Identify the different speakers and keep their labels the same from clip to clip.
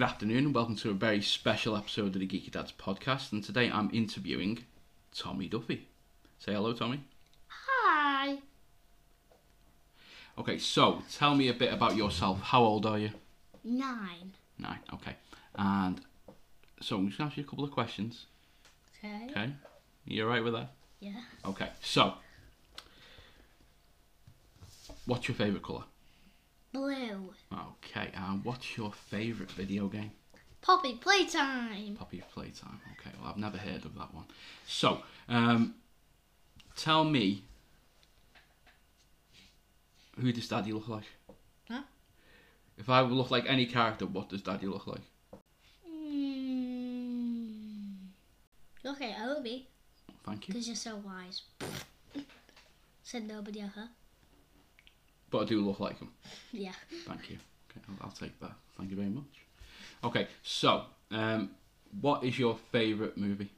Speaker 1: afternoon. Welcome to a very special episode of the Geeky Dads podcast. And today I'm interviewing Tommy Duffy. Say hello, Tommy.
Speaker 2: Hi.
Speaker 1: Okay, so tell me a bit about yourself. How old are you?
Speaker 2: Nine.
Speaker 1: Nine. Okay. And so I'm just going to ask you a couple of questions.
Speaker 2: Okay.
Speaker 1: Okay? You alright with that?
Speaker 2: Yeah.
Speaker 1: Okay, so. What's your favourite colour?
Speaker 2: Blue.
Speaker 1: Okay, and what's your favourite video game?
Speaker 2: Poppy playtime.
Speaker 1: Poppy Playtime. Okay, well, I've never heard of that one. So, um, tell me, who does Daddy look like?
Speaker 2: Huh?
Speaker 1: If I look like any character, what does Daddy look like?
Speaker 2: Mm. Okay, Obi,
Speaker 1: Thank you.
Speaker 2: because you're so wise. Said nobody ever.
Speaker 1: But I do look like him.
Speaker 2: Yeah.
Speaker 1: Thank you. Okay, I'll, I'll take that. Thank you very much. Okay, so, um, what is your favourite movie?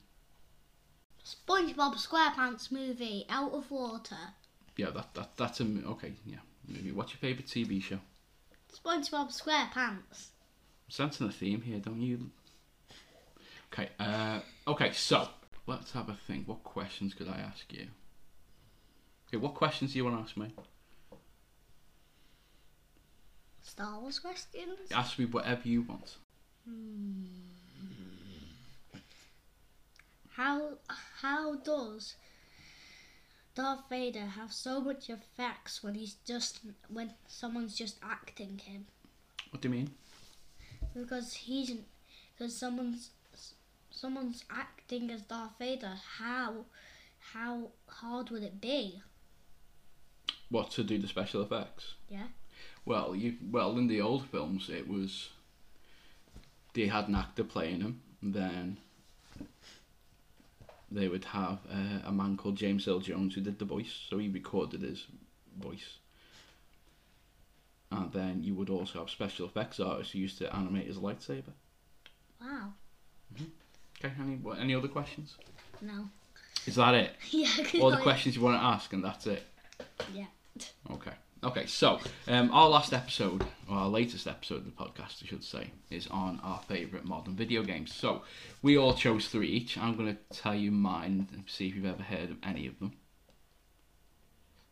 Speaker 2: SpongeBob SquarePants movie, Out of Water.
Speaker 1: Yeah, that, that that's a mo- okay. Yeah, movie. What's your favourite TV show? I'm
Speaker 2: SpongeBob SquarePants.
Speaker 1: sensing a theme here, don't you? Okay. Uh, okay. So let's have a think. What questions could I ask you? Okay. What questions do you want to ask me?
Speaker 2: Star Wars questions?
Speaker 1: Ask me whatever you want.
Speaker 2: How how does Darth Vader have so much effects when he's just when someone's just acting him?
Speaker 1: What do you mean?
Speaker 2: Because he's because someone's someone's acting as Darth Vader. How how hard would it be?
Speaker 1: What to do the special effects?
Speaker 2: Yeah.
Speaker 1: Well, you well in the old films it was they had an actor playing him. and Then they would have uh, a man called James L. Jones who did the voice, so he recorded his voice. And then you would also have special effects artists who used to animate his lightsaber.
Speaker 2: Wow.
Speaker 1: Okay, any what, any other questions?
Speaker 2: No.
Speaker 1: Is that it?
Speaker 2: yeah. 'cause
Speaker 1: All the
Speaker 2: I-
Speaker 1: questions you want to ask, and that's it.
Speaker 2: Yeah.
Speaker 1: Okay. Okay, so um, our last episode, or our latest episode of the podcast, I should say, is on our favourite modern video games. So we all chose three each. I'm going to tell you mine and see if you've ever heard of any of them.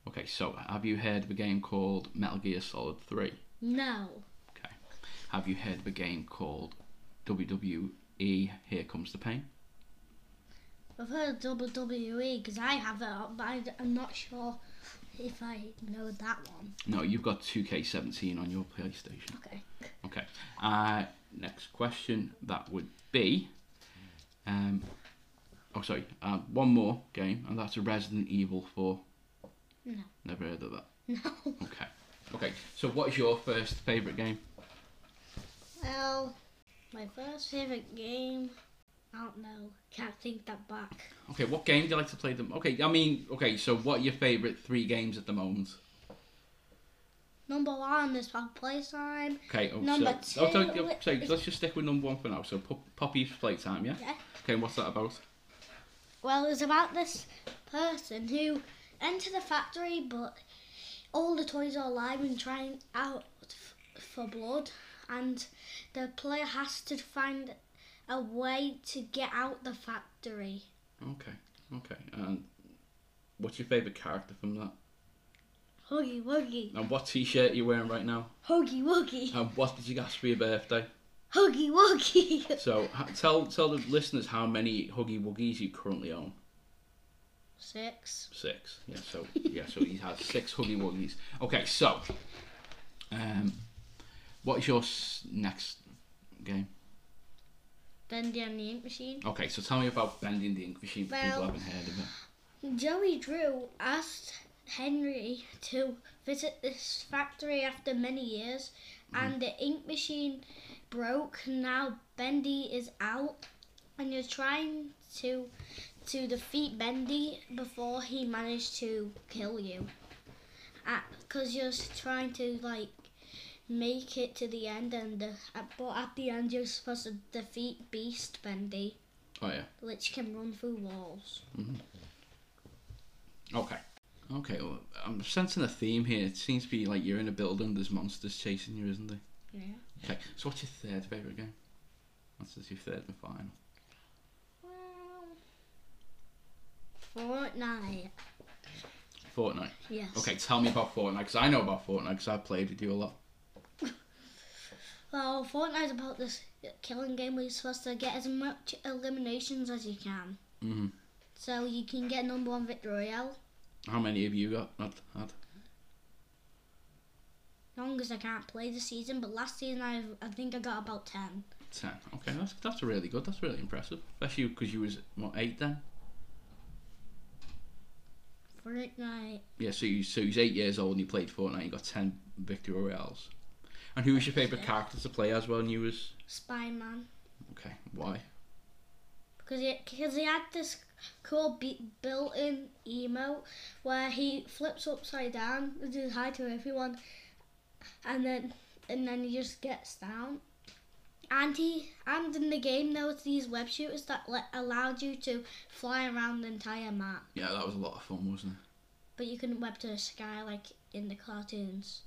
Speaker 1: Okay, so have you heard of a game called Metal Gear Solid 3?
Speaker 2: No.
Speaker 1: Okay. Have you heard of a game called WWE Here Comes the Pain?
Speaker 2: I've heard of WWE because I have it, but I, I'm not sure if I know that one.
Speaker 1: No, you've got 2K17 on your PlayStation.
Speaker 2: Okay.
Speaker 1: Okay. Uh, next question that would be, um, oh sorry, uh, one more game, and that's Resident Evil Four.
Speaker 2: No.
Speaker 1: Never heard of that.
Speaker 2: No.
Speaker 1: Okay. Okay. So what's your first favorite game?
Speaker 2: Well, my first favorite game. I don't know. Can't think that back.
Speaker 1: Okay. What game do you like to play? Them. Okay. I mean, okay. So what are your favorite three games at the moment?
Speaker 2: Number one is Pop Playtime.
Speaker 1: Okay. Oh,
Speaker 2: Number
Speaker 1: so, oh,
Speaker 2: two
Speaker 1: don't- oh,
Speaker 2: wi-
Speaker 1: sorry, let's just stick with number one for now. So Pop- Poppy's Playtime, yeah.
Speaker 2: Yeah.
Speaker 1: Okay. What's that about?
Speaker 2: Well, it's about this person who entered the factory, but all the toys are alive and trying out f- for blood, and the player has to find a way to get out the factory.
Speaker 1: Okay. Okay. And what's your favorite character from that?
Speaker 2: Huggy Wuggy,
Speaker 1: And what T-shirt are you wearing right now?
Speaker 2: Huggy Wuggy,
Speaker 1: And what did you ask for your birthday?
Speaker 2: Huggy Wuggy.
Speaker 1: So h- tell tell the listeners how many Huggy Wuggies you currently own.
Speaker 2: Six.
Speaker 1: Six. Yeah. So yeah. So he has six Huggy Wuggies. Okay. So, um, what is your s- next game?
Speaker 2: Bendy and the Ink Machine.
Speaker 1: Okay. So tell me about bending the ink machine. for People
Speaker 2: Well-
Speaker 1: haven't heard of it.
Speaker 2: Joey Drew asked Henry to visit this factory after many years, and the ink machine broke. Now Bendy is out, and you're trying to to defeat Bendy before he managed to kill you, because you're s- trying to like make it to the end, and the, but at the end you're supposed to defeat Beast Bendy,
Speaker 1: Oh yeah.
Speaker 2: which can run through walls.
Speaker 1: Okay. Okay. Well, I'm sensing a theme here. It seems to be like you're in a building. There's monsters chasing you, isn't there?
Speaker 2: Yeah.
Speaker 1: Okay. So what's your third favorite game? That's as your third and final.
Speaker 2: Well, Fortnite.
Speaker 1: Fortnite.
Speaker 2: Yes.
Speaker 1: Okay, tell me about Fortnite because I know about Fortnite because I played with you a lot.
Speaker 2: Well, Fortnite's about this killing game where you're supposed to get as much eliminations as you can.
Speaker 1: hmm
Speaker 2: So you can get number one victory royale,
Speaker 1: How many have you got? Not had.
Speaker 2: long as I can't play this season. But last season, I I think I got about ten.
Speaker 1: Ten. Okay, that's that's really good. That's really impressive. Especially because you was what eight then.
Speaker 2: Fortnite.
Speaker 1: Yeah, so you so he's eight years old and you played Fortnite. You got ten victory royales. And who was your favourite character to play as when you was?
Speaker 2: Spider-Man.
Speaker 1: Okay, why?
Speaker 2: Because he, cause he had this cool be- built-in emote where he flips upside down and says hi to everyone, and then and then he just gets down. And he and in the game there was these web shooters that let, allowed you to fly around the entire map,
Speaker 1: Yeah, that was a lot of fun, wasn't it?
Speaker 2: but you couldn't web to the sky like in the cartoons.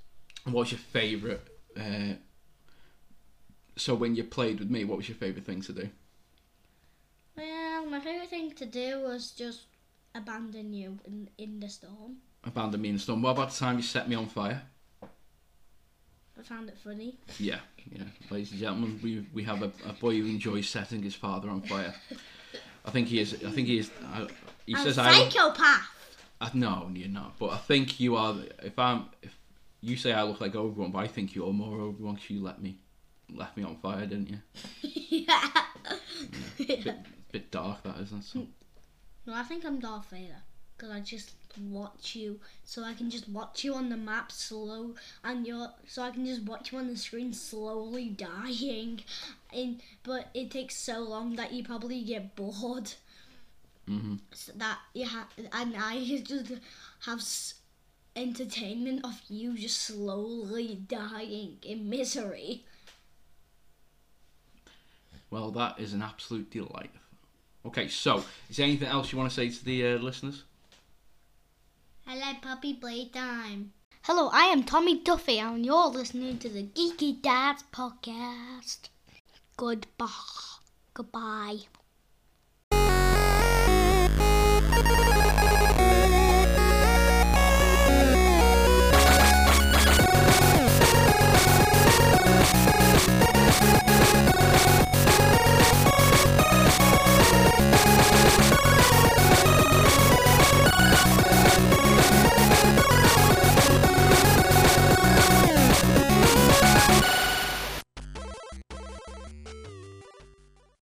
Speaker 1: And what was your favourite? Uh, so when you played with me, what was your favourite thing to do?
Speaker 2: Well, my favorite thing to do was just abandon you in in the storm.
Speaker 1: Abandon me in the storm. What about the time you set me on fire?
Speaker 2: I found it funny.
Speaker 1: Yeah, yeah. Ladies and gentlemen, we we have a, a boy who enjoys setting his father on fire. I think he is. I think he is. I, he
Speaker 2: I'm
Speaker 1: says I,
Speaker 2: psychopath.
Speaker 1: I. No, you're not. But I think you are. If I'm, if you say I look like Obi Wan, but I think you're more Obi Wan because you let me, left me on fire, didn't you?
Speaker 2: yeah.
Speaker 1: Bit, bit dark that, isn't it? So,
Speaker 2: No, I think I'm Darth Vader because I just watch you, so I can just watch you on the map slow, and you're so I can just watch you on the screen slowly dying, and but it takes so long that you probably get bored.
Speaker 1: hmm
Speaker 2: So that you have, and I just have s- entertainment of you just slowly dying in misery.
Speaker 1: Well, that is an absolute delight. Okay, so is there anything else you want to say to the uh, listeners?
Speaker 2: I like puppy playtime. Hello, I am Tommy Duffy, and you're listening to the Geeky Dads Podcast. Goodbye. Goodbye.